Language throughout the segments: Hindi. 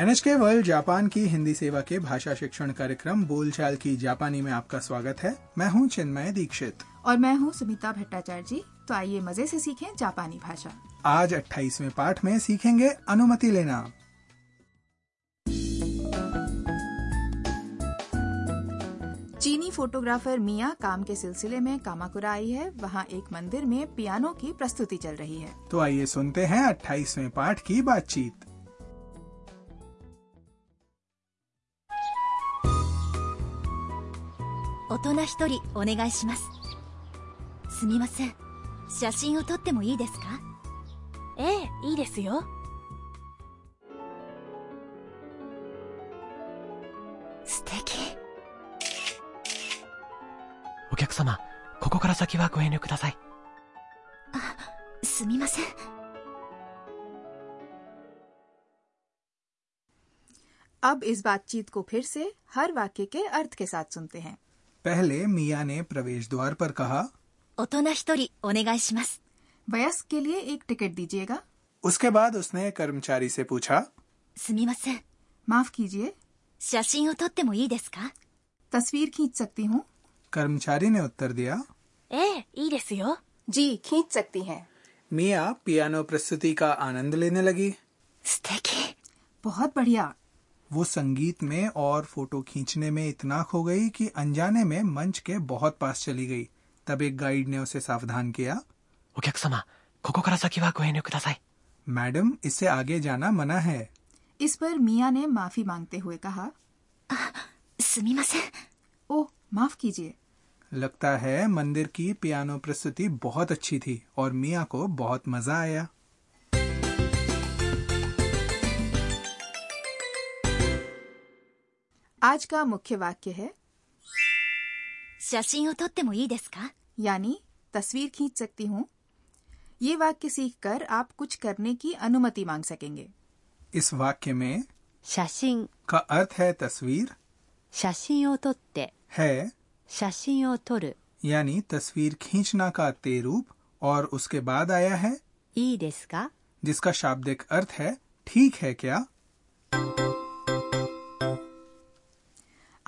NHK वर्ल्ड जापान की हिंदी सेवा के भाषा शिक्षण कार्यक्रम बोलचाल की जापानी में आपका स्वागत है मैं हूं चिन्मय दीक्षित और मैं हूँ सुमिता भट्टाचार्य जी तो आइए मजे से सीखें जापानी भाषा आज 28वें पाठ में सीखेंगे अनुमति लेना चीनी फोटोग्राफर मिया काम के सिलसिले में कामाकुरा आई है वहाँ एक मंदिर में पियानो की प्रस्तुति चल रही है तो आइए सुनते हैं 28वें पाठ की बातचीत 大人一人お願いしますすみません写真を撮ってもいいですかええいいですよ素敵お客様、ここから先はご遠慮ください。すみません अब इस बातचीत को फिर से हर वाक्य के अर्थ के साथ सुनते हैं पहले मिया ने प्रवेश द्वार पर कहा 大人一人お願いします वयस्क के लिए एक टिकट दीजिएगा उसके बाद उसने कर्मचारी से पूछा すみません माफ कीजिए 写真を撮ってもいいですか तस्वीर खींच सकती हूँ कर्मचारी ने उत्तर दिया ええいいですよ जी खींच सकती हैं मिया पियानो प्रस्तुति का आनंद लेने लगी 素敵 बहुत बढ़िया वो संगीत में और फोटो खींचने में इतना खो गई कि अनजाने में मंच के बहुत पास चली गई तब एक गाइड ने उसे सावधान किया お客様、ここから先はご遠慮ください。 मैडम इससे आगे जाना मना है इस पर मिया ने माफी मांगते हुए कहा すみません ओह माफ कीजिए लगता है मंदिर की पियानो प्रस्तुति बहुत अच्छी थी और मिया को बहुत मजा आया आज का मुख्य वाक्य है 写真を撮ってもいいですか यानी तस्वीर खींच सकती हूँ ये वाक्य सीखकर आप कुछ करने की अनुमति मांग सकेंगे इस वाक्य में 写真 का अर्थ है तस्वीर 写真を撮って है 写真を撮る यानी तस्वीर खींचना का ते रूप और उसके बाद आया है いいですか जिसका शाब्दिक अर्थ है ठीक है क्या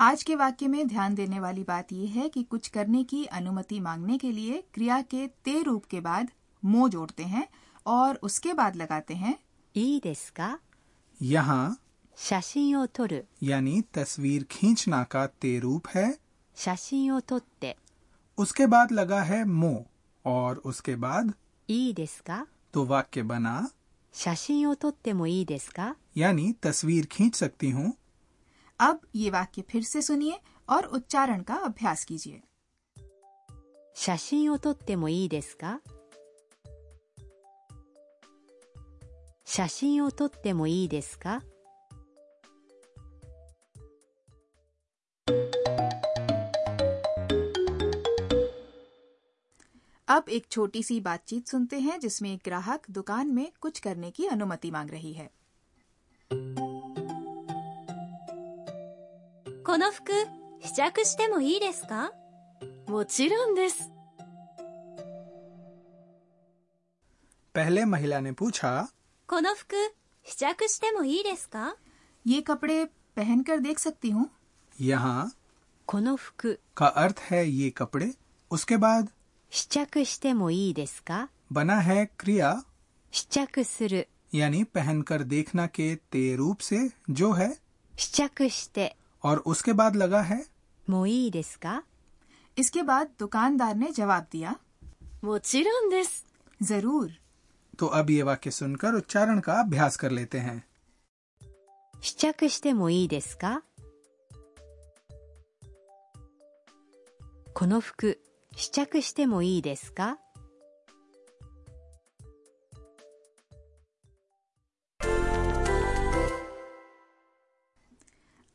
आज के वाक्य में ध्यान देने वाली बात यह है कि कुछ करने की अनुमति मांगने के लिए क्रिया के ते रूप के बाद मो जोड़ते हैं और उसके बाद लगाते हैं いいですか यहाँ 写真を撮る यानी तस्वीर खींचना का ते रूप है 写真を撮って उसके बाद लगा है मो और उसके बाद いいですか तो वाक्य बना 写真を撮ってもいいですか यानी तस्वीर खींच सकती हूँ अब ये वाक्य फिर से सुनिए और उच्चारण का अभ्यास कीजिए 写真を撮ってもいいですか写真を撮ってもいいですか अब एक छोटी सी बातचीत सुनते हैं जिसमें एक ग्राहक दुकान में कुछ करने की अनुमति मांग रही है この服試着してもいいですかもちろんです。 पहले महिला ने पूछा この服試着してもいいですか ये कपड़े पहनकर देख सकती हूँ यहाँ この服 का अर्थ है ये कपड़े उसके बाद 試着してもいいですか बना है क्रिया 試着する यानी पहनकर देखना के ते रूप से जो है 試着して、 और उसके बाद लगा है もういいですか इसके बाद दुकानदार ने जवाब दिया もちろんです。 जरूर तो अब ये वाक्य सुनकर उच्चारण का अभ्यास कर लेते हैं 試着してもいいですかこの服、試着してもいいですか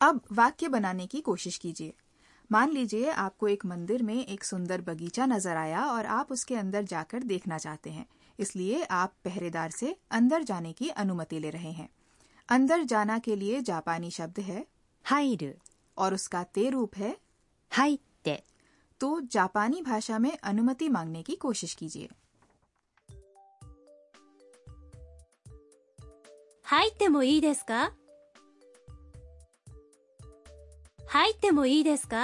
अब वाक्य बनाने की कोशिश कीजिए मान लीजिए आपको एक मंदिर में एक सुंदर बगीचा नजर आया और आप उसके अंदर जाकर देखना चाहते हैं इसलिए आप पहरेदार से अंदर जाने की अनुमति ले रहे हैं अंदर जाना के लिए जापानी शब्द है 入る、 और उसका ते रूप है 入って、 तो जापानी भाषा में अनुमति मांगने की कोशिश कीजिए 入ってもいいですか入ってもいいですか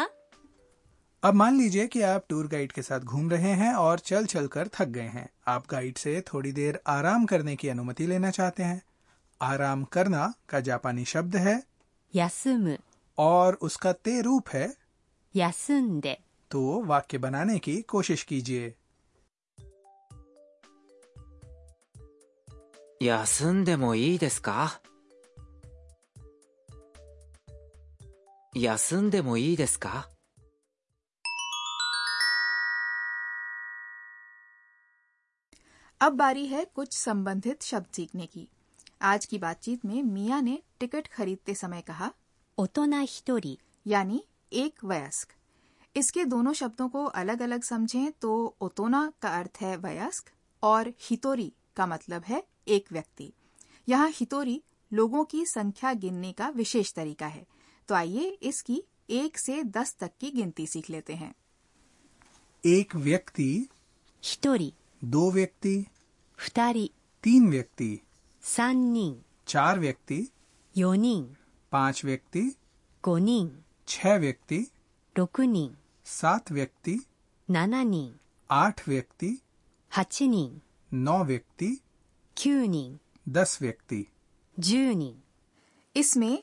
अब मान लीजिए कि आप टूर गाइड के साथ घूम रहे हैं और चल चल कर थक गए हैं आप गाइड से थोड़ी देर आराम करने की अनुमति लेना चाहते हैं आराम करना का जापानी शब्द है 休む और उसका ते रूप है 休んで तो वाक्य बनाने की कोशिश कीजिए 休んでもいいですか休んでもいいですか अब बारी है कुछ संबंधित शब्द सीखने की आज की बातचीत में मिया ने टिकट खरीदते समय कहा 大人一人 यानी एक वयस्क इसके दोनों शब्दों को अलग अलग समझें तो ओतोना का अर्थ है वयस्क और हितोरी का मतलब है एक व्यक्ति यहाँ हितोरी लोगों की संख्या गिनने का विशेष तरीका है तो आइए इसकी एक से दस तक की गिनती सीख लेते हैं एक व्यक्ति 一人 दो व्यक्ति 二人 तीन व्यक्ति 三人 चार व्यक्ति 四人 पांच व्यक्ति 五人 छह व्यक्ति 六人 सात व्यक्ति 七人 आठ व्यक्ति 八人 नौ व्यक्ति 九人 दस व्यक्ति 十人 इसमें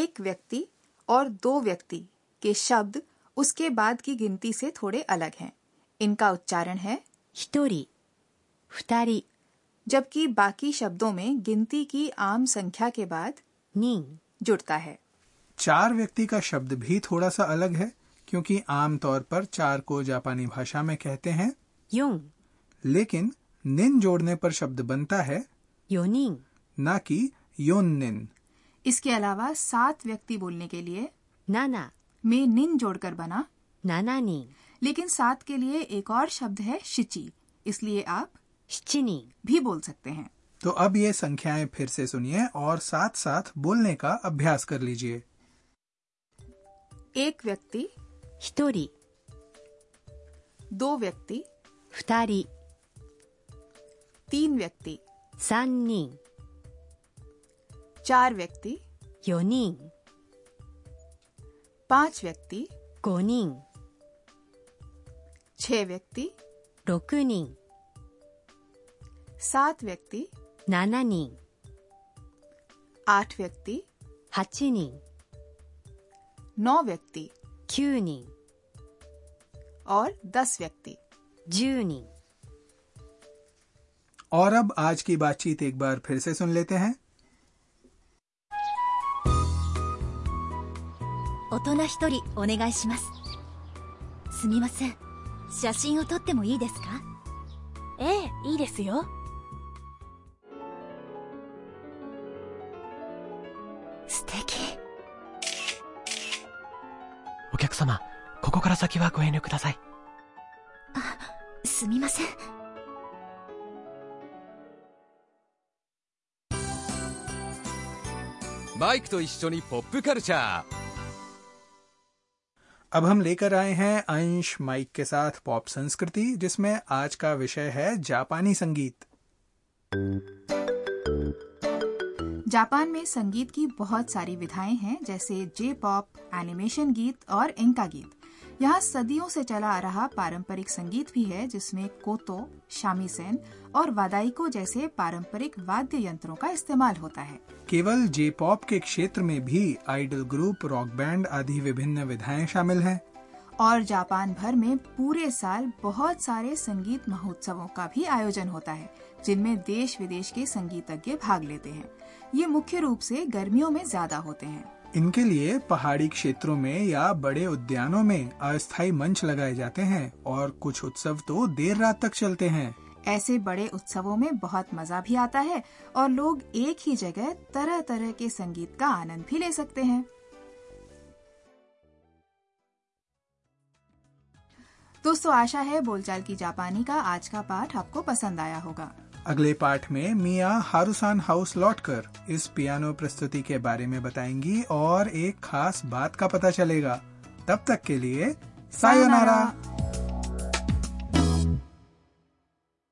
एक व्यक्ति और दो व्यक्ति के शब्द उसके बाद की गिनती से थोड़े अलग हैं इनका उच्चारण है 一人二人 जबकि बाकी शब्दों में गिनती की आम संख्या के बाद 人 जुड़ता है चार व्यक्ति का शब्द भी थोड़ा सा अलग है क्योंकि आमतौर पर चार को जापानी भाषा में कहते हैं 四 लेकिन निन जोड़ने पर शब्द बनता है 四人 न कि योन निन इसके अलावा सात व्यक्ति बोलने के लिए 七 में निन जोड़कर बना 七人 लेकिन सात के लिए एक और शब्द है शिची इसलिए आप 七人 भी बोल सकते हैं तो अब ये संख्याएं फिर से सुनिए और साथ साथ बोलने का अभ्यास कर लीजिए एक व्यक्ति 一人 दो व्यक्ति 二人 तीन व्यक्ति 三人 चार व्यक्ति 四人 पांच व्यक्ति 五人 छह व्यक्ति 六人 सात व्यक्ति 七人 आठ व्यक्ति 八人 नौ व्यक्ति 九人 और दस व्यक्ति 十人 और अब आज की बातचीत एक बार फिर से सुन लेते हैं 大人一人お願いしますすみません写真を撮ってもいいですかええ、いいですよ。素敵お客様、ここから先はご遠慮ください。すみませんマイクと一緒にポップカルチャー अब हम लेकर आए हैं अंश माइक के साथ पॉप संस्कृति जिसमें आज का विषय है जापानी संगीत जापान में संगीत की बहुत सारी विधाएं हैं जैसे जे पॉप एनिमेशन गीत और एंका गीत यहाँ सदियों से चला आ रहा पारंपरिक संगीत भी है जिसमें कोतो शामीसेन और वादाइको जैसे पारंपरिक वाद्य यंत्रों का इस्तेमाल होता है केवल जे पॉप के क्षेत्र में भी आइडल ग्रुप रॉक बैंड आदि विभिन्न विधाएं शामिल हैं और जापान भर में पूरे साल बहुत सारे संगीत महोत्सवों का भी आयोजन होता है जिनमें देश विदेश के संगीतज्ञ भाग लेते हैं ये मुख्य रूप से गर्मियों में ज्यादा होते हैं इनके लिए पहाड़ी क्षेत्रों में या बड़े उद्यानों में अस्थायी मंच लगाए जाते हैं और कुछ उत्सव तो देर रात तक चलते हैं ऐसे बड़े उत्सवों में बहुत मजा भी आता है और लोग एक ही जगह तरह तरह के संगीत का आनंद भी ले सकते हैं दोस्तों आशा है बोलचाल की जापानी का आज का पाठ आपको पसंद आया होगा अगले पाठ में मिया हारूसान हाउस लौटकर इस पियानो प्रस्तुति के बारे में बताएंगी और एक खास बात का पता चलेगा तब तक के लिए सायोनारा।